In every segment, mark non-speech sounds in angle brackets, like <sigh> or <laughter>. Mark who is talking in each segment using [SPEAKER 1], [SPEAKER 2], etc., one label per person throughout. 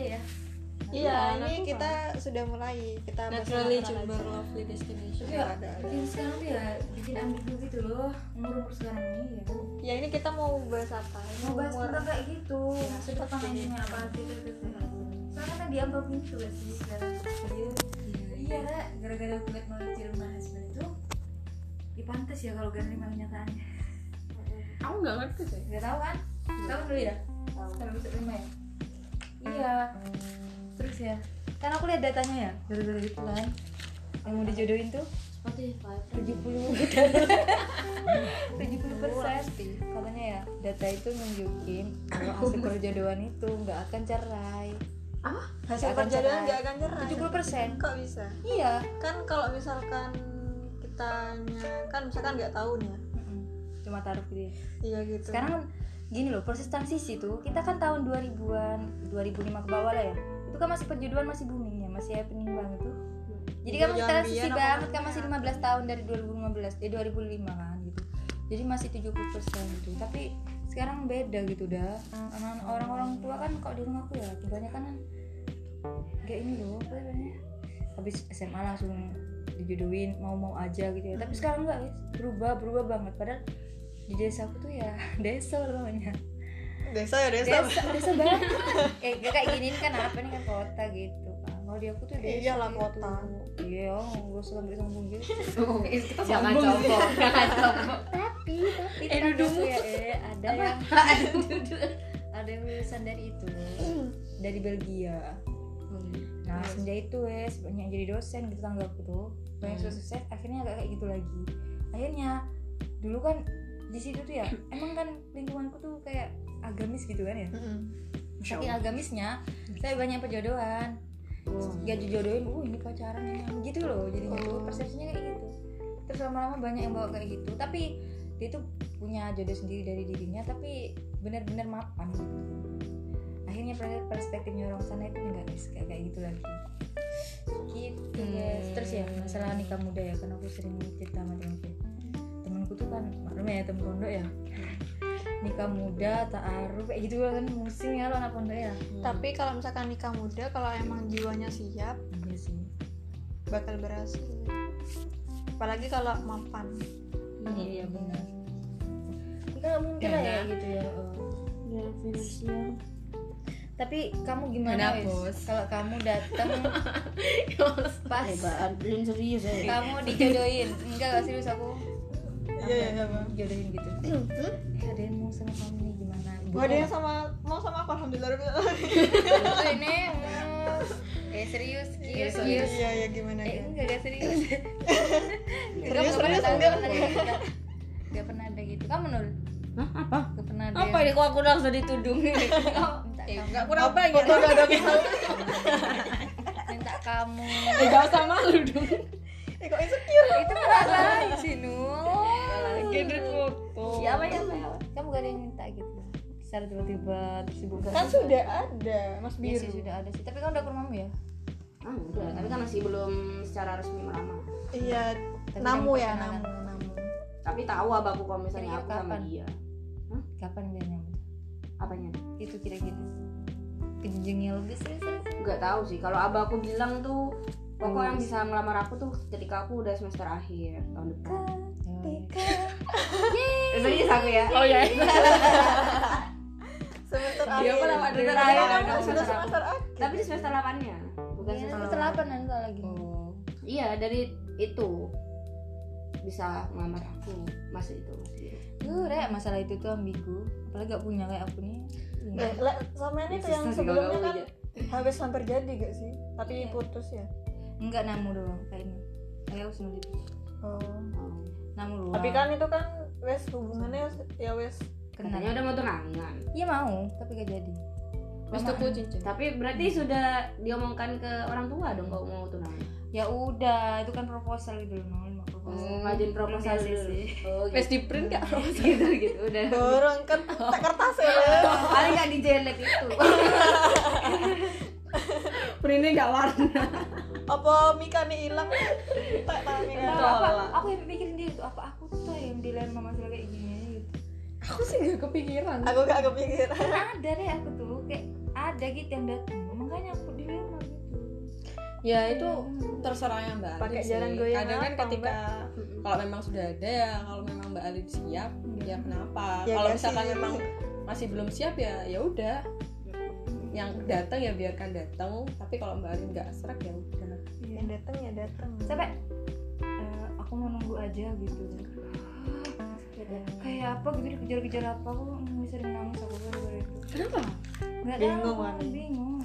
[SPEAKER 1] ya,
[SPEAKER 2] Iya, lagi kita bahas
[SPEAKER 3] Naturally
[SPEAKER 2] natural
[SPEAKER 3] Jember
[SPEAKER 2] aja.
[SPEAKER 3] Lovely Destination.
[SPEAKER 2] Iya.
[SPEAKER 1] ya
[SPEAKER 2] ada, ada.
[SPEAKER 1] bikin sekarang tuh ya bikin ambigu gitu loh umur umur sekarang ini ya kan
[SPEAKER 3] Ya ini kita mau bahas apa? Ini
[SPEAKER 1] mau bahas
[SPEAKER 3] umur.
[SPEAKER 1] tentang kayak gitu
[SPEAKER 3] Ya,
[SPEAKER 1] sudut
[SPEAKER 3] seperti
[SPEAKER 1] pandangnya apa gitu gitu soalnya kan dianggap gitu gak sih sekarang iya
[SPEAKER 3] Iya.
[SPEAKER 1] Kak. gara-gara gue liat malam film bahas itu dipantas ya kalau gak nerima kenyataannya
[SPEAKER 3] Aku nggak ngerti sih.
[SPEAKER 1] nggak tahu kan tahu dulu ya kalau bisa terima ya iya terus ya kan aku lihat datanya ya gara-gara gitu kan yang mau dijodohin tuh
[SPEAKER 3] Spotify.
[SPEAKER 1] 70 70 persen katanya ya data itu nunjukin kalau hasil perjodohan itu nggak akan cerai
[SPEAKER 3] Ah?
[SPEAKER 1] Nggak
[SPEAKER 2] hasil
[SPEAKER 1] akan
[SPEAKER 2] perjodohan
[SPEAKER 1] cerai.
[SPEAKER 2] nggak akan cerai
[SPEAKER 1] 70 persen
[SPEAKER 2] kok bisa
[SPEAKER 1] iya
[SPEAKER 2] kan kalau misalkan kitanya kan misalkan nggak tahu nih ya
[SPEAKER 1] cuma taruh gitu ya.
[SPEAKER 2] iya gitu
[SPEAKER 1] sekarang kan gini loh proses transisi tuh kita kan tahun 2000-an 2005 ke bawah lah ya itu kan masih perjodohan masih booming ya masih happening banget tuh jadi kan masih
[SPEAKER 2] Perjodohan
[SPEAKER 1] transisi
[SPEAKER 2] biyen apa
[SPEAKER 1] banget kan masih
[SPEAKER 2] namanya?
[SPEAKER 1] 15 tahun dari 2015 eh 2005 kan gitu jadi masih 70 persen gitu tapi sekarang beda gitu dah Anak-anak- orang-orang tua kan kalau di rumahku ya kebanyakan kan kayak ini loh apa namanya habis SMA langsung dijodohin mau-mau aja gitu ya tapi sekarang enggak guys berubah berubah banget padahal di desaku tuh ya <laughs> desa namanya
[SPEAKER 2] desa ya desa,
[SPEAKER 1] desa desa banget kayak gak kayak gini ini kan apa nih kan kota gitu kan kalau di aku tuh desa
[SPEAKER 2] Iyalah,
[SPEAKER 1] gitu.
[SPEAKER 2] kota.
[SPEAKER 1] iya gue suka sampai sombong gitu
[SPEAKER 3] Kita
[SPEAKER 1] Jangan
[SPEAKER 3] sombong. Jangan
[SPEAKER 1] tapi tapi
[SPEAKER 3] Eh,
[SPEAKER 1] tetangga
[SPEAKER 3] dudung.
[SPEAKER 1] aku ya eh, <laughs> ada yang Hmm. ada yang lulusan dari itu dari Belgia nah semenjak itu wes banyak yang jadi dosen gitu tangga aku tuh banyak
[SPEAKER 3] Hmm.
[SPEAKER 1] sukses sukses akhirnya agak kayak gitu lagi akhirnya dulu kan di situ tuh ya emang kan lingkunganku tuh kayak agamis gitu kan ya
[SPEAKER 2] Mm-mm.
[SPEAKER 1] saking agamisnya saya banyak perjodohan gak dijodohin uh ini pacaran ini ini. gitu loh jadinya tuh
[SPEAKER 2] Oh.
[SPEAKER 1] persepsinya kayak gitu terus lama-lama banyak yang bawa kayak gitu tapi dia tuh punya jodoh sendiri dari dirinya tapi benar-benar mapan gitu akhirnya pers- perspektifnya orang sana itu enggak guys kayak kayak gitu lagi gitu guys terus ya masalah nikah muda ya karena aku sering cerita sama temanku temanku tuh kan maklum ya temen pondok ya nikah muda ta'aruf kayak gitu kan musim ya lo anak pondok ya
[SPEAKER 2] tapi kalau misalkan nikah muda kalau emang jiwanya siap
[SPEAKER 1] iya sih
[SPEAKER 2] bakal berhasil apalagi kalau mapan
[SPEAKER 1] iya benar kan nggak mungkin lah ya gitu ya oh.
[SPEAKER 3] Ya, finansial.
[SPEAKER 1] tapi kamu gimana
[SPEAKER 3] Kenapa,
[SPEAKER 1] wes
[SPEAKER 3] Bos?
[SPEAKER 1] kalau kamu <laughs> datang Ya, pas
[SPEAKER 3] belum serius ya.
[SPEAKER 1] kamu dijodohin enggak gak serius aku
[SPEAKER 2] iya iya iya bang
[SPEAKER 1] jodohin gitu eh, ada yang mau sama kamu nih gimana
[SPEAKER 2] Gua ada yang sama mau sama aku alhamdulillah Rabbil alamin.
[SPEAKER 1] Betul ini mau eh serius kius kius
[SPEAKER 2] <laughs> iya iya gimana
[SPEAKER 1] eh
[SPEAKER 2] ya
[SPEAKER 1] enggak gak serius
[SPEAKER 2] Serius, serius,
[SPEAKER 1] enggak
[SPEAKER 2] enggak.
[SPEAKER 1] pernah ada gitu. Gak pernah ada gitu kamu nul
[SPEAKER 3] Hah, apa?
[SPEAKER 1] gak pernah ada
[SPEAKER 4] ya?
[SPEAKER 3] Apa ini kok aku langsung
[SPEAKER 4] <laughs>
[SPEAKER 3] ditudung?
[SPEAKER 1] <laughs> minta
[SPEAKER 3] Eh,
[SPEAKER 1] kamu
[SPEAKER 3] enggak kurang banyak.
[SPEAKER 1] minta kamu
[SPEAKER 4] Ya,
[SPEAKER 3] Eh, jauh sama lu dong.
[SPEAKER 2] eh kok insecure
[SPEAKER 1] itu perasaan sih nul
[SPEAKER 3] Gendut foto.
[SPEAKER 1] ya apa ya apa ya, apa? kamu gak ada yang minta gitu secara tiba-tiba terus ibu gak
[SPEAKER 2] kan sudah ada mas
[SPEAKER 1] Iya
[SPEAKER 2] biru
[SPEAKER 1] sih sudah ada sih tapi kamu udah ke rumahmu ya
[SPEAKER 4] Ah, udah, tapi kan masih belum secara resmi melamar.
[SPEAKER 2] iya
[SPEAKER 1] Tapi
[SPEAKER 2] namu
[SPEAKER 1] kamu
[SPEAKER 2] ya
[SPEAKER 1] perkenalan.
[SPEAKER 2] namu namu
[SPEAKER 4] Tapi tahu abahku kalau misalnya
[SPEAKER 1] Kira-kira
[SPEAKER 4] aku sama
[SPEAKER 1] kapan?
[SPEAKER 4] dia.
[SPEAKER 1] kapan dia nyambut
[SPEAKER 4] Apanya?
[SPEAKER 1] itu kira-kira genjengnya lebih serius serius.
[SPEAKER 4] Enggak tahu sih. Kalau abahku bilang tuh pokok yang bisa ngelamar aku tuh ketika aku udah semester akhir tahun depan. Serius aku ya.
[SPEAKER 3] Oh
[SPEAKER 2] iya.
[SPEAKER 3] ya.
[SPEAKER 2] <laughs> semester
[SPEAKER 3] Dia apa nama
[SPEAKER 4] Semester
[SPEAKER 3] Iya,
[SPEAKER 4] akhir,
[SPEAKER 3] iya,
[SPEAKER 4] kamu
[SPEAKER 3] iya,
[SPEAKER 4] semester
[SPEAKER 2] sudah semester akhir
[SPEAKER 4] Tapi di semester 8-nya, bukan
[SPEAKER 1] Iya,
[SPEAKER 4] semester
[SPEAKER 1] semester delapan nanti lagi
[SPEAKER 3] Oh.
[SPEAKER 4] Iya, dari itu bisa ngelamar aku. Mas itu, Mas itu.
[SPEAKER 1] Duh, rek masalah itu tuh ambigu apalagi gak punya kayak aku nih Iya.
[SPEAKER 2] Eh, le- sama ini tuh yang
[SPEAKER 4] Susah sih kalau
[SPEAKER 2] sebelumnya
[SPEAKER 4] kamu
[SPEAKER 2] kan
[SPEAKER 4] ya.
[SPEAKER 2] habis hampir jadi gak sih tapi
[SPEAKER 1] Iya.
[SPEAKER 2] putus ya
[SPEAKER 1] enggak namu doang kayak ini kayak aku sendiri
[SPEAKER 2] oh
[SPEAKER 4] Oh.
[SPEAKER 1] namu doang
[SPEAKER 2] tapi kan itu kan wes hubungannya ya wes
[SPEAKER 1] kenal
[SPEAKER 4] Katanya udah mau tunangan.
[SPEAKER 1] iya mau tapi gak jadi
[SPEAKER 3] Terus tuku cincin.
[SPEAKER 4] Tapi
[SPEAKER 3] Hmm.
[SPEAKER 4] berarti sudah diomongkan ke orang tua dong kalau mau tunangan.
[SPEAKER 1] ya udah itu kan proposal gitu loh nol mau proposal
[SPEAKER 4] Oh, ngajuin proposal
[SPEAKER 1] Belum
[SPEAKER 4] dulu.
[SPEAKER 1] sih.
[SPEAKER 4] Oh,
[SPEAKER 3] Wes di print <laughs> enggak?
[SPEAKER 4] gitu gitu udah.
[SPEAKER 2] borong kan tak kertas ya Wes.
[SPEAKER 4] Paling nggak dijelek <laughs> itu.
[SPEAKER 3] Printnya enggak warna.
[SPEAKER 2] apa mika nih hilang tak tak mika
[SPEAKER 1] Tahu apa? Aku yang mikirin dia itu apa aku tuh yang dilema masalah kayak gini gitu.
[SPEAKER 3] Aku sih enggak kepikiran.
[SPEAKER 2] aku gak kepikiran
[SPEAKER 1] Karena ada deh aku tuh kayak ada gitu yang datang. Makanya aku dilema gitu.
[SPEAKER 3] ya itu terserah ya mbak
[SPEAKER 2] Pakai
[SPEAKER 3] Alif sih.
[SPEAKER 2] jalan goyang
[SPEAKER 3] kadang kan
[SPEAKER 2] apa,
[SPEAKER 3] ketika
[SPEAKER 4] Mm-mm.
[SPEAKER 3] kalau memang sudah ada ya kalau memang mbak Alif siap ya kenapa
[SPEAKER 2] Ya,
[SPEAKER 3] kalau
[SPEAKER 2] kasih.
[SPEAKER 3] misalkan memang masih belum siap ya ya udah yang datang ya biarkan datang tapi kalau mbak Alif nggak serak ya udah
[SPEAKER 2] yang datang ya datang
[SPEAKER 1] sampai "Eh, aku mau nunggu aja gitu kayak apa gitu dikejar-kejar apa aku mm, sering nangis aku gara-gara itu
[SPEAKER 3] kenapa
[SPEAKER 1] nggak
[SPEAKER 2] Bingung,
[SPEAKER 1] tahu,
[SPEAKER 2] kan?
[SPEAKER 1] bingung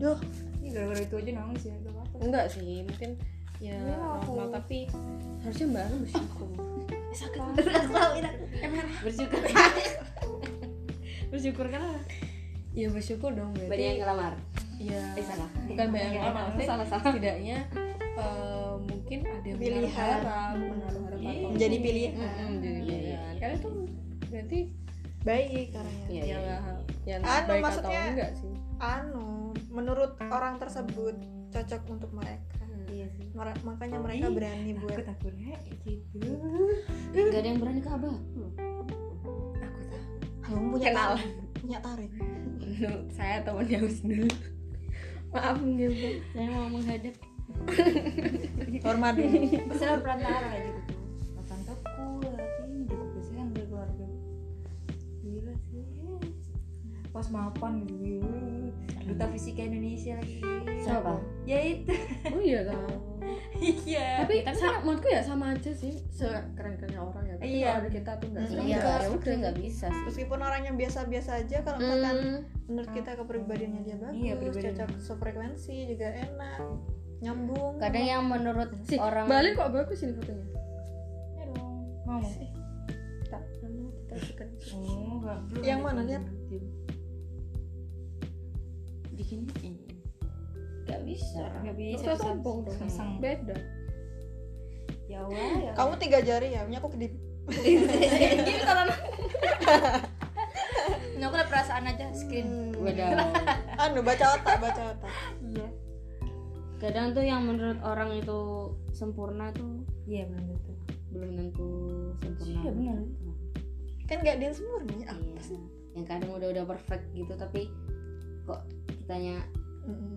[SPEAKER 2] Duh.
[SPEAKER 1] Ih, gara-gara itu aja nangis ya gak apa-apa
[SPEAKER 3] enggak sih mungkin ya
[SPEAKER 1] Ya, aku-
[SPEAKER 3] normal tapi harusnya mbak Alif bersyukur
[SPEAKER 1] sakit bersyukur bersyukur kan
[SPEAKER 3] ya bersyukur dong
[SPEAKER 4] banyak yang
[SPEAKER 3] berarti
[SPEAKER 4] ngelamar
[SPEAKER 3] ya
[SPEAKER 4] eh salah
[SPEAKER 3] bukan banyak
[SPEAKER 1] Iya,
[SPEAKER 3] yang lama
[SPEAKER 1] iya.
[SPEAKER 3] salah salah tidaknya eh, mungkin ada
[SPEAKER 2] Pilihan.
[SPEAKER 3] menaruh harap menaruh harapan
[SPEAKER 4] Iya.
[SPEAKER 2] menjadi pilihan
[SPEAKER 3] Mm-mm,
[SPEAKER 4] Iya,
[SPEAKER 3] jadi
[SPEAKER 4] iya.
[SPEAKER 3] pilihan karena itu berarti
[SPEAKER 2] baik orangnya
[SPEAKER 4] Iya,
[SPEAKER 3] ya
[SPEAKER 4] iya.
[SPEAKER 3] nggak- ya
[SPEAKER 2] Anu,
[SPEAKER 3] baik atau
[SPEAKER 2] maksudnya-
[SPEAKER 3] enggak sih
[SPEAKER 2] anu menurut orang tersebut cocok untuk mereka
[SPEAKER 4] Iya sih.
[SPEAKER 2] Mere- makanya mereka
[SPEAKER 1] Ih,
[SPEAKER 2] berani buat
[SPEAKER 1] aku takut kayak gitu
[SPEAKER 4] Gak ada yang berani ke abah.
[SPEAKER 1] aku takut
[SPEAKER 2] kamu punya
[SPEAKER 3] Kenal.
[SPEAKER 2] tarik punya tarik
[SPEAKER 3] menurut saya temannya Husnul maaf nggak Bu.
[SPEAKER 4] Saya mau menghadap.
[SPEAKER 2] hormat dulu
[SPEAKER 1] misalnya perantara aja gitu makan tepuk lagi gitu biasanya ambil keluarga gila sih pas mapan gitu duta fisika Indonesia lagi
[SPEAKER 4] Siapa?
[SPEAKER 1] ya itu
[SPEAKER 3] <laughs> oh iya kan
[SPEAKER 1] iya
[SPEAKER 3] tapi sa- menurutku ya sama aja sih sekeren kerennya orang ya tapi
[SPEAKER 1] Iya.
[SPEAKER 3] kalau ada kita tuh nggak
[SPEAKER 2] Mm,
[SPEAKER 3] sama
[SPEAKER 2] iya.
[SPEAKER 3] ya
[SPEAKER 4] harus
[SPEAKER 3] udah
[SPEAKER 4] nggak bisa sih.
[SPEAKER 2] meskipun orangnya biasa-biasa aja kalau misalkan
[SPEAKER 3] Mm,
[SPEAKER 2] menurut kita kepribadiannya dia bagus
[SPEAKER 1] Iya, pribadiannya.
[SPEAKER 2] cocok sefrekuensi juga enak nyambung
[SPEAKER 4] Kadang yang menurut
[SPEAKER 3] sih
[SPEAKER 4] orang
[SPEAKER 3] balik kok bagus ini
[SPEAKER 2] Iya
[SPEAKER 3] fotonya
[SPEAKER 1] Ya dong. mau
[SPEAKER 3] tak anu, kita suka
[SPEAKER 1] oh enggak belum
[SPEAKER 2] Yang
[SPEAKER 1] ada
[SPEAKER 2] mana,
[SPEAKER 1] yang
[SPEAKER 2] lihat?
[SPEAKER 1] tim.
[SPEAKER 4] bikin ini nggak bisa.
[SPEAKER 1] nggak bisa
[SPEAKER 3] Terus
[SPEAKER 1] bisa.
[SPEAKER 3] sombong dong.
[SPEAKER 1] Seng.
[SPEAKER 3] Iya, beda
[SPEAKER 1] ya Allah ya
[SPEAKER 2] kamu tiga jari ya punya aku kedip
[SPEAKER 1] gini tangan <laughs> Ini aku udah perasaan aja screen
[SPEAKER 4] Beda.
[SPEAKER 2] anu baca otak baca otak
[SPEAKER 1] iya
[SPEAKER 4] Kadang tuh yang menurut orang itu sempurna tuh
[SPEAKER 1] iya benar betul
[SPEAKER 4] belum tentu sempurna.
[SPEAKER 1] Iya, benar.
[SPEAKER 2] kan nggak ada yang sempurna ya.
[SPEAKER 4] Iya. Yang kadang udah udah perfect gitu tapi kok ditanya
[SPEAKER 2] Mm-mm.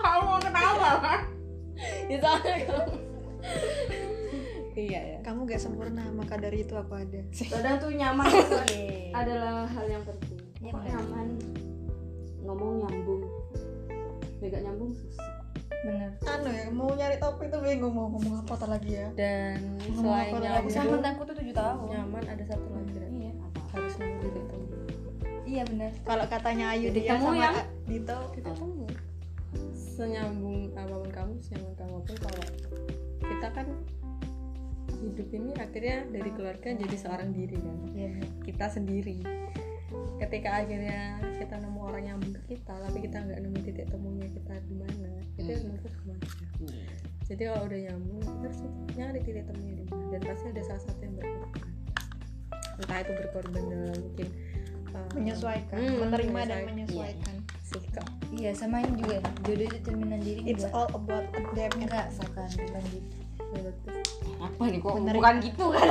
[SPEAKER 4] kamu mau ketawa kan? Ditanya
[SPEAKER 3] iya ya
[SPEAKER 2] kamu nggak sempurna maka dari itu aku ada
[SPEAKER 4] Kadang tuh nyaman gitu. <laughs> itu Iya. adalah hal yang penting.
[SPEAKER 1] Iya,
[SPEAKER 4] Kok
[SPEAKER 1] benar.
[SPEAKER 4] nyaman ngomong nyambung. Nggak nyambung susah.
[SPEAKER 1] benar
[SPEAKER 2] anu ya mau nyari topik tuh bingung mau ngomong apa tar lagi ya
[SPEAKER 3] dan
[SPEAKER 2] Ngomong apa
[SPEAKER 3] selain
[SPEAKER 2] lagi?
[SPEAKER 3] nyaman,
[SPEAKER 1] sama tentangku tuh tujuh tahun
[SPEAKER 3] nyaman ada satu lagi Ra.
[SPEAKER 1] iya
[SPEAKER 4] Apa?
[SPEAKER 3] harus nunggu titik temu
[SPEAKER 1] iya benar
[SPEAKER 2] kalau katanya Ayu
[SPEAKER 4] Jadi
[SPEAKER 2] dia
[SPEAKER 4] kamu
[SPEAKER 2] sama
[SPEAKER 4] yang-
[SPEAKER 2] A- Dito
[SPEAKER 3] titik temu senyambung apapun kamu senyaman kamu pun kalau kita kan hidup ini akhirnya dari keluarga jadi seorang diri kan
[SPEAKER 1] iya benar
[SPEAKER 3] kita sendiri ketika akhirnya kita nemu orang yang ke kita tapi kita nggak nemu titik temunya kita di mana itu
[SPEAKER 4] Hmm.
[SPEAKER 3] menurutku kemana
[SPEAKER 4] Iya.
[SPEAKER 3] jadi kalau udah nyambung kita harus nyari titik temunya di mana dan pasti ada salah satu yang berkorban entah itu berkorban dalam mungkin uh,
[SPEAKER 2] menyesuaikan
[SPEAKER 3] Hmm,
[SPEAKER 2] menerima dan
[SPEAKER 3] menyesuaikan.
[SPEAKER 2] menyesuaikan
[SPEAKER 3] sikap
[SPEAKER 1] iya sama ini juga jodoh itu cerminan diri
[SPEAKER 4] Iya.
[SPEAKER 2] it's
[SPEAKER 1] enggak
[SPEAKER 2] all about adapt and
[SPEAKER 1] enggak bukan bukan gitu
[SPEAKER 3] menurutku
[SPEAKER 4] Apa nih kok
[SPEAKER 2] Bener.
[SPEAKER 4] bukan gitu kan?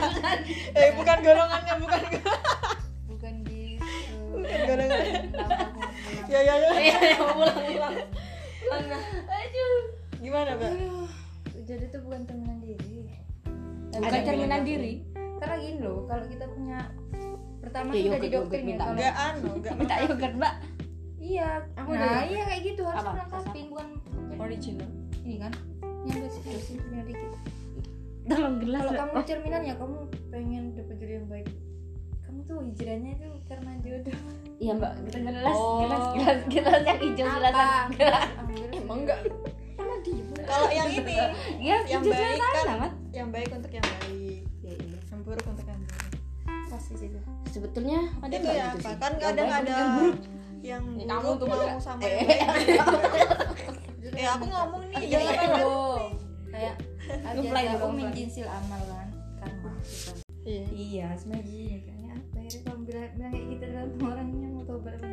[SPEAKER 2] <laughs> eh bukan golongannya bukan
[SPEAKER 1] bukan gitu
[SPEAKER 2] bukan golongannya
[SPEAKER 1] Kenapa aku bilang?
[SPEAKER 2] ya ya ya
[SPEAKER 4] <laughs> Iya, pulang pulang.
[SPEAKER 2] gimana mbak
[SPEAKER 1] Aduh, jodoh itu bukan cerminan diri
[SPEAKER 4] Bukan
[SPEAKER 2] yang
[SPEAKER 4] cerminan
[SPEAKER 2] bilang gitu.
[SPEAKER 4] diri.
[SPEAKER 1] karena gini loh kalau kita punya pertama
[SPEAKER 2] Iya,
[SPEAKER 4] Ya,
[SPEAKER 1] kita udah
[SPEAKER 4] yogurt,
[SPEAKER 1] didoktrin
[SPEAKER 4] yogurt,
[SPEAKER 1] ya
[SPEAKER 4] minta.
[SPEAKER 1] kalau
[SPEAKER 2] nggak anu nggak
[SPEAKER 4] Minta yogurt, Mbak.
[SPEAKER 1] iya
[SPEAKER 3] Aku
[SPEAKER 1] nah
[SPEAKER 3] udah-
[SPEAKER 1] iya kayak gitu harus
[SPEAKER 4] Apa?
[SPEAKER 1] melengkapin bukan
[SPEAKER 3] original
[SPEAKER 1] ini kan yang gak sih harus cerminan dikit
[SPEAKER 4] Tolong gelas.
[SPEAKER 1] kalau
[SPEAKER 4] Mbak.
[SPEAKER 1] kamu cerminan ya kamu pengen dapet jodoh yang baik kamu tuh hijrahnya itu karena jodoh
[SPEAKER 4] <laughs> Iya, Mbak. Kita gelas,
[SPEAKER 3] Oh.
[SPEAKER 4] gelas, gelas, gelas yang hijau jelasan. Gelas.
[SPEAKER 1] Ambil
[SPEAKER 3] emang enggak
[SPEAKER 2] kalau yang ini
[SPEAKER 4] Iya,
[SPEAKER 2] Yang
[SPEAKER 4] hijau
[SPEAKER 2] baik
[SPEAKER 4] jelasan
[SPEAKER 2] kan-
[SPEAKER 4] amat.
[SPEAKER 2] yang baik untuk yang baik
[SPEAKER 4] Ya, iya.
[SPEAKER 2] yang buruk untuk yang buruk
[SPEAKER 1] pasti sih
[SPEAKER 4] <laughs> Sebetulnya ada
[SPEAKER 2] itu
[SPEAKER 4] nggak
[SPEAKER 2] ya
[SPEAKER 4] gitu
[SPEAKER 2] apa
[SPEAKER 4] sih?
[SPEAKER 2] kan
[SPEAKER 4] Yang
[SPEAKER 2] kadang
[SPEAKER 4] baik
[SPEAKER 2] ada
[SPEAKER 4] yang buruk.
[SPEAKER 2] yang
[SPEAKER 4] Eh, kamu
[SPEAKER 2] buruk
[SPEAKER 4] tuh Eh.
[SPEAKER 2] mau
[SPEAKER 4] enggak.
[SPEAKER 2] sama yang
[SPEAKER 4] <laughs>
[SPEAKER 2] baik ya aku ngomong nih
[SPEAKER 1] iya
[SPEAKER 2] jangan
[SPEAKER 1] kan
[SPEAKER 2] apa
[SPEAKER 1] loh kayak
[SPEAKER 4] Ngeplay
[SPEAKER 1] aja
[SPEAKER 4] dulu,
[SPEAKER 1] aku
[SPEAKER 4] ngeplay.
[SPEAKER 1] minjin sil amal kan karma kita iya sebenarnya gini kayaknya apa ya kamu bilang bilang kayak gitu dalam orangnya mau tobat apa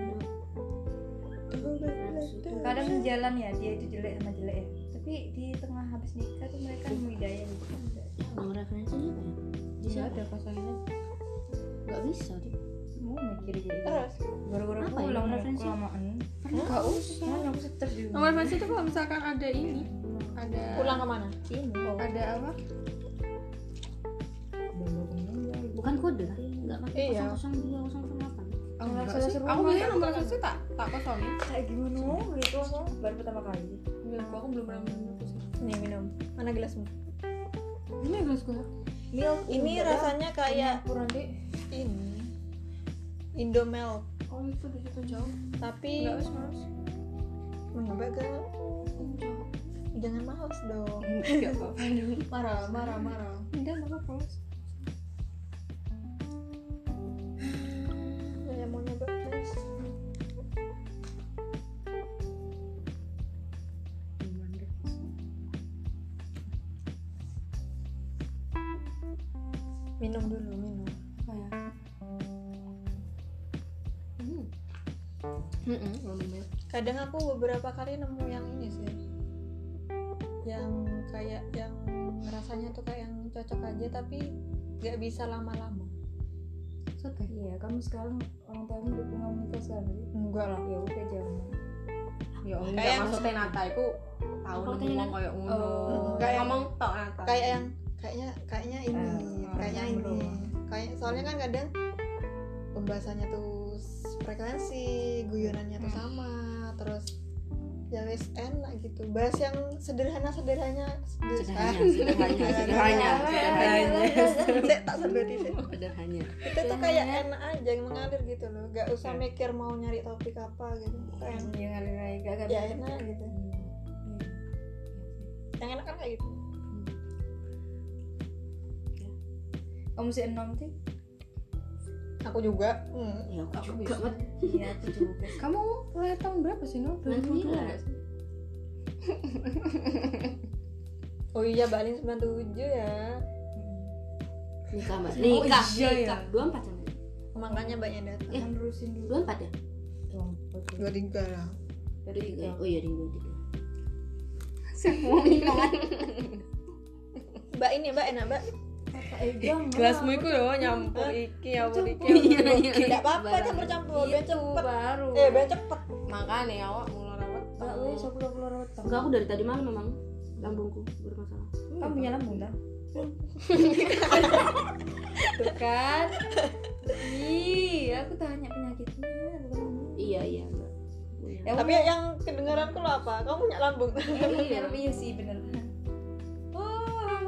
[SPEAKER 1] enggak. kadang di jalan ya dia itu jelek sama jelek ya tapi di tengah habis nikah tuh mereka
[SPEAKER 3] Iya.
[SPEAKER 1] nemu hidayah gitu kan
[SPEAKER 4] Nomor referensinya apa ya? Di siapa?
[SPEAKER 3] bisa Iya, ada pasangannya
[SPEAKER 4] Nggak bisa, tuh.
[SPEAKER 1] mau mikir jadi
[SPEAKER 2] terus
[SPEAKER 1] baru-baru
[SPEAKER 4] Apa ya,
[SPEAKER 1] pulang mau
[SPEAKER 4] referensi?
[SPEAKER 1] kelamaan Enggak usah, mana aku stres juga.
[SPEAKER 3] konfirmasi itu kalau misalkan ada ini ada
[SPEAKER 2] pulang kemana
[SPEAKER 1] Ini kok.
[SPEAKER 3] ada apa
[SPEAKER 4] Bukan kode kan? Enggak pakai
[SPEAKER 2] Iya.
[SPEAKER 4] 002 008.
[SPEAKER 1] Aku
[SPEAKER 3] Enggak
[SPEAKER 1] ngerasa
[SPEAKER 3] sih.
[SPEAKER 1] seru.
[SPEAKER 3] aku biasanya nomor satu tak tak kosongin
[SPEAKER 1] kayak gimana gitu aku baru pertama kali.
[SPEAKER 3] Enggak, Iya, aku belum pernah minum kosong
[SPEAKER 2] nih minum mana gelasmu
[SPEAKER 3] ini ya? guys gue
[SPEAKER 1] Milk
[SPEAKER 2] ini rasanya kayak
[SPEAKER 1] kurang deh.
[SPEAKER 2] ini Indomilk
[SPEAKER 3] oh itu di situ jauh
[SPEAKER 2] tapi
[SPEAKER 3] enggak wis mas
[SPEAKER 2] mencoba ke jangan malas dong
[SPEAKER 3] enggak apa-apa dong
[SPEAKER 2] marah marah marah
[SPEAKER 3] enggak apa-apa mas
[SPEAKER 2] saya Iya, mau nyoba please minum dulu minum
[SPEAKER 3] apa ya hmm hmm lembek
[SPEAKER 2] kadang aku beberapa kali nemu yang ini sih yang kayak yang rasanya tuh kayak yang cocok aja tapi nggak bisa lama-lama
[SPEAKER 3] sote
[SPEAKER 1] Iya, kamu sekarang orang tuamu udah punya nikah sekarang. berarti?
[SPEAKER 2] enggak lah
[SPEAKER 1] Ya udah jangan.
[SPEAKER 3] ya Allah
[SPEAKER 2] Kayak
[SPEAKER 3] enggak
[SPEAKER 2] yang-
[SPEAKER 3] maksudnya nata itu tahu
[SPEAKER 4] Apa
[SPEAKER 3] ngomong
[SPEAKER 4] kayak-
[SPEAKER 3] kayak ngono
[SPEAKER 2] Oh.
[SPEAKER 3] Kayak ngomong tok nata
[SPEAKER 2] kayak yang kayaknya kayaknya ini
[SPEAKER 1] Eh,
[SPEAKER 2] kayaknya
[SPEAKER 1] orang
[SPEAKER 2] ini
[SPEAKER 1] belum.
[SPEAKER 2] kayak soalnya kan kadang pembahasannya tuh s- frekuensi guyonannya tuh sama terus ya wes enak gitu bahas yang sederhana sederhanya Kan.
[SPEAKER 4] Sederhana, sederhanya,
[SPEAKER 1] <laughs>
[SPEAKER 2] sederhanya
[SPEAKER 4] sederhanya, sederhanya.
[SPEAKER 2] <laughs> Sik, tak sedoti sih
[SPEAKER 4] Sederhana.
[SPEAKER 2] itu tuh kayak enak aja mengalir gitu loh gak usah mikir mau nyari topik apa gitu Kayak
[SPEAKER 1] Yang ngalir aja gak akan.
[SPEAKER 2] ya enak gitu
[SPEAKER 1] Iya,
[SPEAKER 2] yang enak kan kayak gitu
[SPEAKER 1] Kamu si enom sih?
[SPEAKER 2] aku juga
[SPEAKER 4] Ya aku
[SPEAKER 1] Aku
[SPEAKER 4] juga.
[SPEAKER 1] bisa. Iya, aku juga. <laughs>
[SPEAKER 3] kamu lahir tahun berapa sih no?
[SPEAKER 4] 99.
[SPEAKER 3] 2022 nggak sih?
[SPEAKER 2] oh iya Balin 97 ya
[SPEAKER 4] Nikah, Mbak.
[SPEAKER 3] Oh,
[SPEAKER 4] Nikah.
[SPEAKER 3] iya, iya.
[SPEAKER 4] Nikah. 24 sama.
[SPEAKER 2] makanya banyak datang
[SPEAKER 4] Eh.
[SPEAKER 1] Jangan terusin dulu.
[SPEAKER 4] 24 ya?
[SPEAKER 1] Dompet.
[SPEAKER 2] dua tiga lah
[SPEAKER 1] Dari
[SPEAKER 4] Tiga.
[SPEAKER 1] tiga.
[SPEAKER 4] Oh iya, di 23.
[SPEAKER 3] Semua minuman
[SPEAKER 2] mbak ini mbak enak mbak
[SPEAKER 1] Eh, jangan.
[SPEAKER 3] Gelasmu itu loh nyampur iki ya
[SPEAKER 1] Campur.
[SPEAKER 3] iki
[SPEAKER 4] Iya, iya.
[SPEAKER 2] tidak apa apa campur campur biar
[SPEAKER 1] Itu
[SPEAKER 2] cepet
[SPEAKER 1] baru.
[SPEAKER 2] eh biar cepet
[SPEAKER 3] Makanya awak mulai rawat
[SPEAKER 1] Mbak, wes aku udah keluar otak.
[SPEAKER 4] Enggak, aku dari tadi malam memang lambungku bermasalah.
[SPEAKER 1] Kamu punya lambung dah. Tuh kan. Ih, aku tanya penyakitnya kan. bukan lambung.
[SPEAKER 4] Iya, iya, enggak. Punya.
[SPEAKER 1] Ya,
[SPEAKER 2] tapi yang kedengaranku lo apa kamu punya lambung <laughs>
[SPEAKER 1] Iya, iya sih bener. Oh.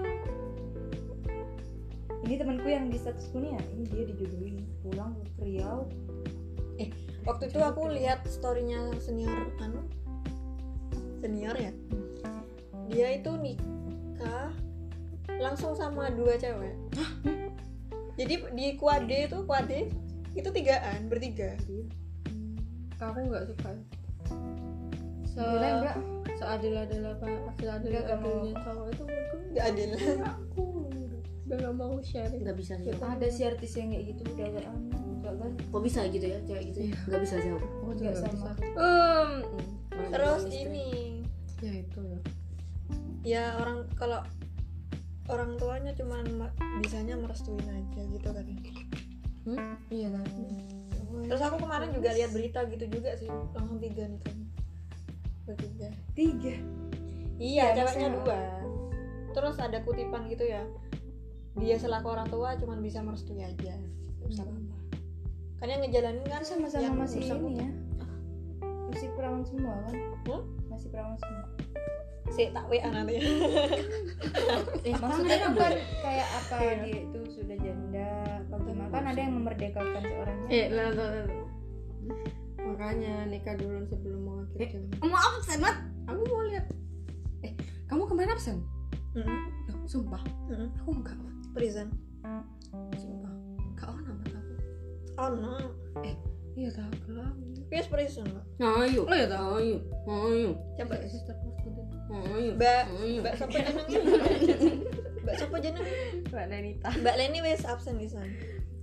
[SPEAKER 1] Ini temanku yang di statusku nih ya, ini dia dijodohin pulang ke Riau.
[SPEAKER 2] waktu itu aku lihat storynya senior anu senior ya dia itu nikah langsung sama dua cewek jadi di kuade itu kuade itu tigaan bertiga
[SPEAKER 3] Aku nggak suka Se
[SPEAKER 1] Gila enggak?
[SPEAKER 3] seadil-adil apa
[SPEAKER 4] Ya,
[SPEAKER 3] seadil-adilnya cowok itu menurutku
[SPEAKER 2] nggak adil
[SPEAKER 3] aku udah nggak mau sharing
[SPEAKER 4] Enggak bisa sih.
[SPEAKER 1] Ada si artis yang kayak gitu udah kayak "Ah, enggak kan.
[SPEAKER 4] Kok bisa gitu ya, cewek gitu
[SPEAKER 2] Iya.
[SPEAKER 4] ya? Enggak bisa sih aku.
[SPEAKER 3] aku
[SPEAKER 1] juga nggak bisa.
[SPEAKER 3] um
[SPEAKER 4] Iya,
[SPEAKER 2] terus ini
[SPEAKER 3] ya itu ya
[SPEAKER 2] ya orang kalau orang tuanya cuman ma- bisanya merestuin aja gitu katanya
[SPEAKER 3] iya kan
[SPEAKER 2] terus aku kemarin juga lihat berita gitu juga sih langsung tiga nikahnya bertiga
[SPEAKER 1] Tiga.
[SPEAKER 2] iya
[SPEAKER 1] Iya,
[SPEAKER 2] ceweknya
[SPEAKER 1] maksudnya-
[SPEAKER 2] dua terus ada kutipan gitu ya dia selaku orang tua cuman bisa merestui aja Nggak bisa apa-apa kan yang ngejalanin
[SPEAKER 1] Kan
[SPEAKER 2] kan
[SPEAKER 1] sama-sama
[SPEAKER 2] yang
[SPEAKER 1] masih
[SPEAKER 2] bersangkutan.
[SPEAKER 1] ini ya. Masih perawan semua kan?
[SPEAKER 2] Hmm?
[SPEAKER 1] Masih perawan semua. Eh,
[SPEAKER 2] si tak wa nanti ya.
[SPEAKER 4] Eh,
[SPEAKER 1] Maksudnya
[SPEAKER 4] sekarang ada
[SPEAKER 1] kan kayak apa
[SPEAKER 3] Iya.
[SPEAKER 1] dia itu sudah janda apa gimana? Kan ada yang memerdekakan seorang
[SPEAKER 3] eh lah lah, lah. makanya nikah dulu sebelum mau akhir jam
[SPEAKER 4] Eh, Kamu absen banget.
[SPEAKER 3] aku mau lihat eh kamu kemana absen Loh, sumpah
[SPEAKER 2] Mm-mm.
[SPEAKER 3] aku enggak
[SPEAKER 2] Hmm. prison
[SPEAKER 3] sumpah enggak on amat aku
[SPEAKER 2] oh no
[SPEAKER 3] iya tahu gelap
[SPEAKER 2] yes prison loh
[SPEAKER 4] Ayo.
[SPEAKER 3] Oh, iya tahu.
[SPEAKER 4] Ayo. Ayo.
[SPEAKER 2] coba
[SPEAKER 3] sister aku deh
[SPEAKER 4] Ayo.
[SPEAKER 2] mbak
[SPEAKER 4] Ayo.
[SPEAKER 2] mbak siapa jenengnya mbak siapa jenengnya
[SPEAKER 3] mbak Danita
[SPEAKER 2] mbak Leni wes absen di sana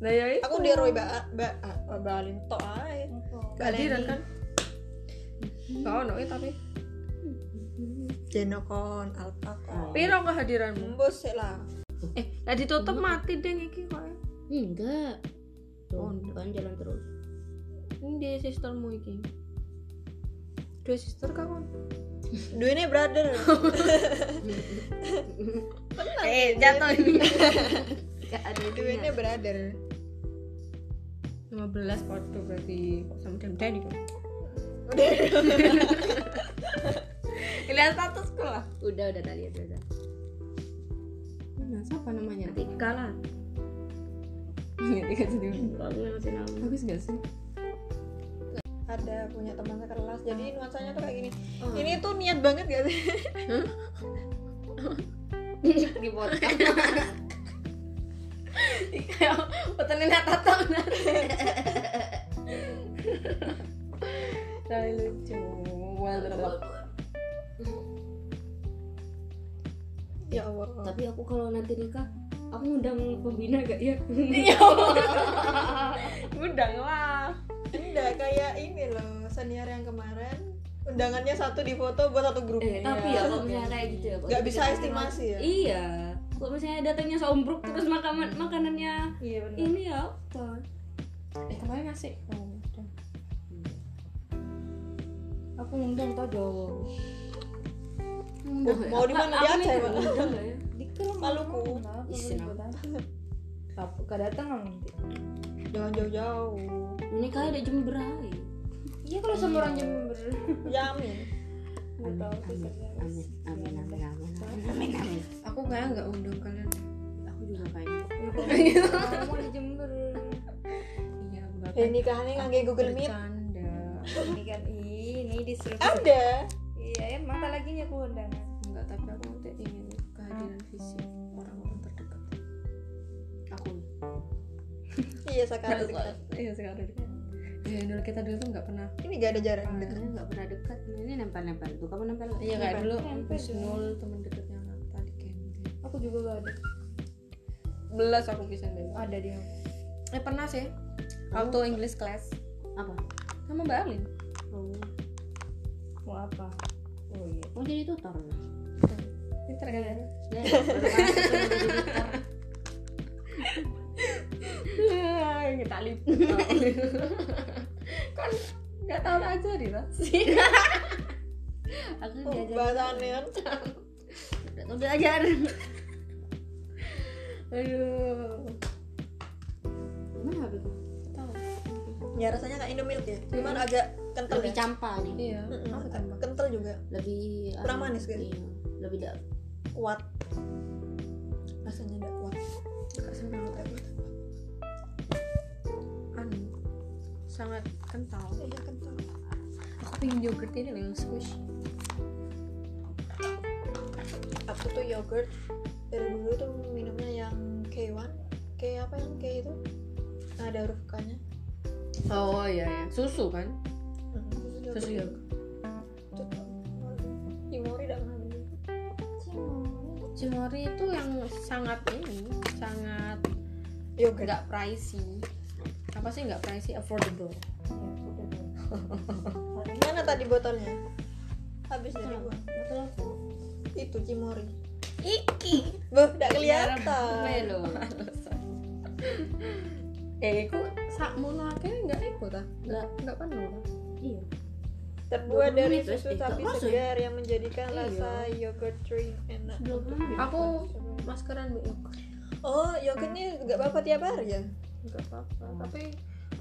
[SPEAKER 3] nah ya itu
[SPEAKER 2] aku diroi mbak mbak ah, oh, mbak Balin tok ae
[SPEAKER 1] Apa?
[SPEAKER 2] Mbak
[SPEAKER 3] Kehadiran
[SPEAKER 2] Leni.
[SPEAKER 3] kan enggak ono eh, tapi
[SPEAKER 2] jenokon alpaka
[SPEAKER 3] piro kehadiranmu
[SPEAKER 2] embus sik lah
[SPEAKER 3] eh lah ditutup mati deh iki kok
[SPEAKER 4] Enggak.
[SPEAKER 3] Oh,
[SPEAKER 4] Tuh, kan jalan terus.
[SPEAKER 3] ini di sistermu iki dua sister kawan
[SPEAKER 2] Dua ini brother.
[SPEAKER 4] eh
[SPEAKER 2] ya?
[SPEAKER 4] jatuh
[SPEAKER 2] <laughs>
[SPEAKER 4] ini Gak ada
[SPEAKER 2] Dua ini
[SPEAKER 4] duitnya
[SPEAKER 2] brother.
[SPEAKER 3] 15 belas foto berarti sama dan tadi
[SPEAKER 2] Udah.
[SPEAKER 3] <laughs> lihat statusku lah
[SPEAKER 4] udah udah tadi udah, udah
[SPEAKER 3] nah siapa namanya
[SPEAKER 4] nanti kalah
[SPEAKER 3] nanti kan jadi
[SPEAKER 4] aku masih nama
[SPEAKER 3] bagus gak sih
[SPEAKER 2] Ada punya teman sekelas. Jadi nuansanya tuh kayak gini.
[SPEAKER 4] Oh.
[SPEAKER 2] Ini tuh niat banget gak sih?
[SPEAKER 4] <laughs> di podcast
[SPEAKER 2] Iya,
[SPEAKER 3] Petenin atas tangan. Tapi lucu. Wah, tetap.
[SPEAKER 2] ya Allah.
[SPEAKER 4] tapi aku kalau nanti nikah aku ngundang pembina gak ya
[SPEAKER 2] Iya,
[SPEAKER 3] Gudang lah.
[SPEAKER 2] Enggak kayak ini loh senior yang kemarin undangannya satu di foto buat satu grup. Iya.
[SPEAKER 4] eh, <laughs> tapi ya kalau misalnya kayak gitu ya kalau
[SPEAKER 2] Nggak
[SPEAKER 4] kita
[SPEAKER 2] bisa
[SPEAKER 4] datang-
[SPEAKER 2] estimasi ya?
[SPEAKER 4] iya kalau misalnya datangnya sombruk terus makanan makanannya
[SPEAKER 2] Iya benar.
[SPEAKER 4] ini ya apa
[SPEAKER 3] Eh, kemarin ngasih. Oh,
[SPEAKER 1] iya,
[SPEAKER 3] udah.
[SPEAKER 1] aku ngundang tau Jawa
[SPEAKER 4] Ngundang nggak
[SPEAKER 2] mau
[SPEAKER 4] ya?
[SPEAKER 2] di mana? Di
[SPEAKER 4] Aku
[SPEAKER 2] Aceh,
[SPEAKER 4] minta
[SPEAKER 2] Pak.
[SPEAKER 4] ngundang nggak ya?
[SPEAKER 1] dikir
[SPEAKER 2] Maluku.
[SPEAKER 4] Isin
[SPEAKER 1] tapi gak datang kan nanti
[SPEAKER 2] Jangan jauh-jauh.
[SPEAKER 4] ini kali ada jemberai
[SPEAKER 1] iya kalau sama orang Jember
[SPEAKER 2] Iya. Yamin.
[SPEAKER 1] Nggak tahu
[SPEAKER 2] Iya.
[SPEAKER 1] sih, serius.
[SPEAKER 4] amin amin amin amin amin
[SPEAKER 2] <laughs>
[SPEAKER 4] amin
[SPEAKER 3] Aku kayaknya nggak undang kalian.
[SPEAKER 4] aku juga kayaknya
[SPEAKER 1] kamu di Jember
[SPEAKER 3] Iya, bukan.
[SPEAKER 2] Eh nikahannya ngangge Google Meet.
[SPEAKER 3] Bercanda.
[SPEAKER 1] ini kan ini disuruh
[SPEAKER 2] Ada.
[SPEAKER 1] iya emang tak lagi aku undangan
[SPEAKER 3] Enggak, tapi aku nanti ingin kehadiran fisik orang-orang terdekat.
[SPEAKER 4] aku
[SPEAKER 2] Iya sekarang. dekat.
[SPEAKER 3] Iya, sekarang dekat. Ya, dulu kita dulu tuh nggak pernah.
[SPEAKER 2] Ini gak ada jarak dekat.
[SPEAKER 4] Ini nggak pernah dekat ini nempel nempel tuh kamu nempel nggak?
[SPEAKER 3] Iya, kayak dulu
[SPEAKER 1] Kan,
[SPEAKER 3] Bisnul teman dekatnya Nata di game.
[SPEAKER 1] aku juga gak ada
[SPEAKER 3] Belas aku bisa Oh. deh.
[SPEAKER 1] ada dia
[SPEAKER 3] Eh, pernah sih. Auto English class
[SPEAKER 4] apa
[SPEAKER 3] sama Mbak Alin.
[SPEAKER 4] oh
[SPEAKER 1] mau apa oh iya
[SPEAKER 4] mau jadi tutor
[SPEAKER 3] Pinter kan?
[SPEAKER 4] Ya, baru masuk tuh jadi tutor.
[SPEAKER 3] <laughs> kita liput <laughs> kan nggak tahu aja di lah sih
[SPEAKER 4] aku
[SPEAKER 2] Oh, Bahasannya
[SPEAKER 4] diajar
[SPEAKER 2] kan.
[SPEAKER 4] udah belajar
[SPEAKER 3] aduh
[SPEAKER 4] gimana HP ku?
[SPEAKER 3] tahu
[SPEAKER 2] Ya rasanya kayak Indomilk ya. Cuman agak kental.
[SPEAKER 4] lebih
[SPEAKER 2] ya.
[SPEAKER 4] campa nih
[SPEAKER 3] iya
[SPEAKER 2] Mm-mm,
[SPEAKER 3] aku tambah
[SPEAKER 2] Kental juga.
[SPEAKER 4] lebih
[SPEAKER 2] Kurang
[SPEAKER 4] anu,
[SPEAKER 2] manis, kan?
[SPEAKER 4] iya. lebih dak
[SPEAKER 2] Kuat. Rasanya enggak kuat. Enggak senang tapi.
[SPEAKER 4] gitu.
[SPEAKER 3] anu sangat kental
[SPEAKER 2] Iya kental.
[SPEAKER 3] aku pengen yogurt ini loh yang squish
[SPEAKER 2] Aku tuh yogurt dari dulu tuh minumnya yang K1. K apa yang K itu? Ada huruf K-nya.
[SPEAKER 3] oh iya ya susu kan
[SPEAKER 2] Mm,
[SPEAKER 3] susu ya? yogurt
[SPEAKER 2] Itu tau. Cimori enggak pernah beli.
[SPEAKER 3] cimori itu yang sangat ini sangat
[SPEAKER 2] Yogurt.
[SPEAKER 3] nggak pricey apa sih nggak pricey affordable
[SPEAKER 2] Mana tadi botolnya? Habis dari gua.
[SPEAKER 3] betul aku
[SPEAKER 2] Itu Cimori. Iki. Beh, enggak kelihatan.
[SPEAKER 4] melo
[SPEAKER 3] eh aku sak mono akhirnya nggak ikut ah
[SPEAKER 4] nggak
[SPEAKER 3] nggak penuh
[SPEAKER 4] iya
[SPEAKER 2] Terbuat
[SPEAKER 4] Belum
[SPEAKER 2] dari
[SPEAKER 4] menit,
[SPEAKER 2] susu
[SPEAKER 4] eh,
[SPEAKER 2] tapi
[SPEAKER 4] nggak masuk ya?
[SPEAKER 2] segar yang menjadikan
[SPEAKER 3] Iya.
[SPEAKER 2] rasa yogurt cream enak.
[SPEAKER 4] belum
[SPEAKER 3] aku maskeran bu
[SPEAKER 2] Oh, yogurtnya nggak apa-apa tiap hari ya?
[SPEAKER 3] nggak apa-apa tapi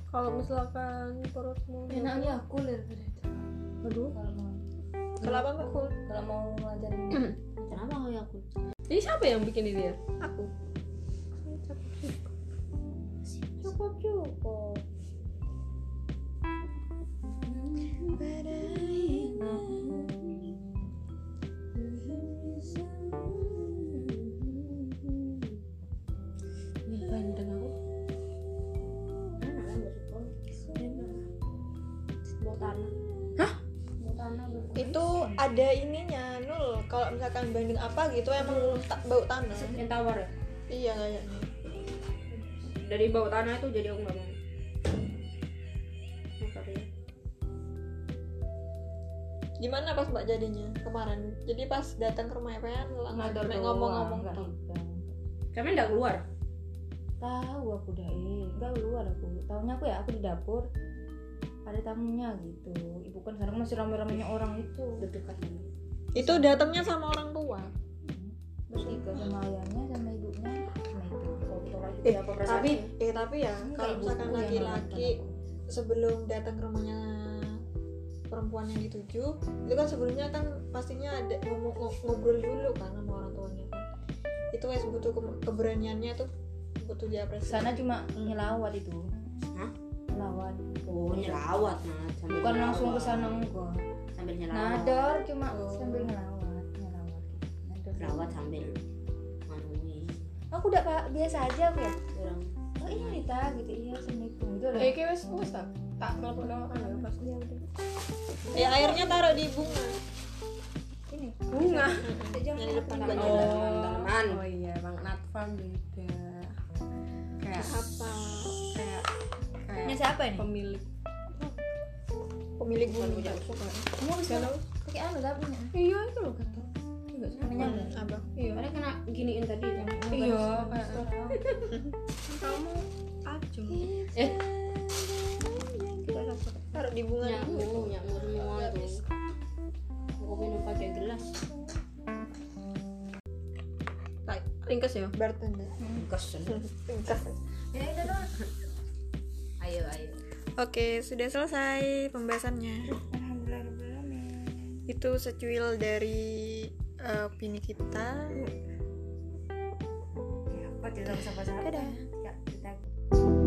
[SPEAKER 3] kalau misalkan perutmu
[SPEAKER 1] enaknya aku lihat
[SPEAKER 3] aduh
[SPEAKER 1] kalau mau
[SPEAKER 2] Kalau apa aku?
[SPEAKER 1] kalau mau ngajarin
[SPEAKER 2] Hmm,
[SPEAKER 4] kenapa kayak aku
[SPEAKER 3] ini siapa yang bikin ini ya
[SPEAKER 2] Aku.
[SPEAKER 1] cukup cukup
[SPEAKER 3] bandeng aku
[SPEAKER 4] mau tanah mau tanah baru.
[SPEAKER 2] Itu ada ininya nul. Kalau misalkan banding apa gitu
[SPEAKER 1] Hmm.
[SPEAKER 2] emang ta- bau tanah.
[SPEAKER 4] yang tawar ya
[SPEAKER 2] Iya kayaknya.
[SPEAKER 4] dari bau tanah itu jadi aku nggak mau Masak ya.
[SPEAKER 2] Gimana pas mbak jadinya kemarin? Jadi pas datang ke rumah Epen langsung
[SPEAKER 1] Ngador
[SPEAKER 2] Mek
[SPEAKER 1] doang,
[SPEAKER 2] ngomong-ngomong
[SPEAKER 1] nggak
[SPEAKER 2] tuh.
[SPEAKER 1] hidang.
[SPEAKER 4] Cuman nggak keluar
[SPEAKER 1] tahu aku dah eh enggak keluar aku tahunya aku ya aku di dapur ada tamunya gitu ibu kan sekarang masih rame-ramenya orang itu
[SPEAKER 4] deg-degan
[SPEAKER 2] itu datangnya sama orang tua
[SPEAKER 1] bertiga sama ayahnya sama ibunya sama itu
[SPEAKER 4] foto lagi
[SPEAKER 2] Eh,
[SPEAKER 4] berapa
[SPEAKER 2] tapi
[SPEAKER 4] perasaannya
[SPEAKER 2] eh tapi ya
[SPEAKER 1] Enggak, Iya,
[SPEAKER 2] kalau
[SPEAKER 1] ibuku
[SPEAKER 2] misalkan
[SPEAKER 1] yang
[SPEAKER 2] laki-laki
[SPEAKER 1] nonton aku.
[SPEAKER 2] sebelum datang ke rumahnya perempuan yang dituju itu kan sebelumnya kan pastinya ada ngomong ngo- ngobrol dulu kan sama orang tuanya kan itu guys butuh ke- keberaniannya tuh butuh diapresiasi
[SPEAKER 1] sana cuma nyelawat itu
[SPEAKER 4] Hah?
[SPEAKER 1] nyelawat
[SPEAKER 4] oh nyelawat nah sambil
[SPEAKER 1] bukan
[SPEAKER 4] nyelawat.
[SPEAKER 1] langsung ke sana enggak
[SPEAKER 4] sambil nyelawat
[SPEAKER 1] nador cuma
[SPEAKER 2] Oh.
[SPEAKER 1] sambil nyelawat nyelawat gitu. Nador.
[SPEAKER 4] nyelawat sambil manui
[SPEAKER 1] aku udah pak biasa aja aku ya
[SPEAKER 4] orang
[SPEAKER 1] oh iya Rita gitu iya assalamualaikum gitu loh
[SPEAKER 3] Eh, kayak wes wes tak tak telepon sama anu ya, pas
[SPEAKER 1] Iya, udah.
[SPEAKER 2] ya airnya taruh di bunga
[SPEAKER 1] ini
[SPEAKER 3] bunga.
[SPEAKER 1] jangan
[SPEAKER 2] Yang di depan
[SPEAKER 1] kenapa-
[SPEAKER 2] Banyak
[SPEAKER 4] Oh.
[SPEAKER 3] teman
[SPEAKER 4] tanaman.
[SPEAKER 3] Oh iya, Bang Natfan beda. Kayak
[SPEAKER 2] apa
[SPEAKER 3] kayak
[SPEAKER 1] Ini
[SPEAKER 3] kayak
[SPEAKER 1] siapa ini?
[SPEAKER 3] pemilik
[SPEAKER 2] pemilik
[SPEAKER 3] bukan
[SPEAKER 2] bunga
[SPEAKER 3] punya aku kan.
[SPEAKER 1] Kamu bisa
[SPEAKER 3] Kalau
[SPEAKER 1] pakai anu tapi punya.
[SPEAKER 3] iya itu loh kata. Enggak
[SPEAKER 1] Namanya
[SPEAKER 3] sama.
[SPEAKER 1] apa?
[SPEAKER 2] abang
[SPEAKER 3] Iya.
[SPEAKER 4] mereka kena giniin tadi yang
[SPEAKER 3] Iya, kayak
[SPEAKER 1] Sekarang.
[SPEAKER 3] kamu tajam.
[SPEAKER 4] Eh.
[SPEAKER 2] taruh di Ya, bunga
[SPEAKER 4] nyamuk nyamuk semua tuh aku minum pakai gelas
[SPEAKER 3] Tak ringkas ya.
[SPEAKER 2] bartender
[SPEAKER 4] kesen
[SPEAKER 1] Ya udah dong.
[SPEAKER 4] ayo ayo
[SPEAKER 2] Oke, sudah selesai pembahasannya. Itu secuil dari eh, opini kita.
[SPEAKER 1] Ya, kok tidak usah bahasa apa?
[SPEAKER 2] Dadah.
[SPEAKER 1] Ya, kita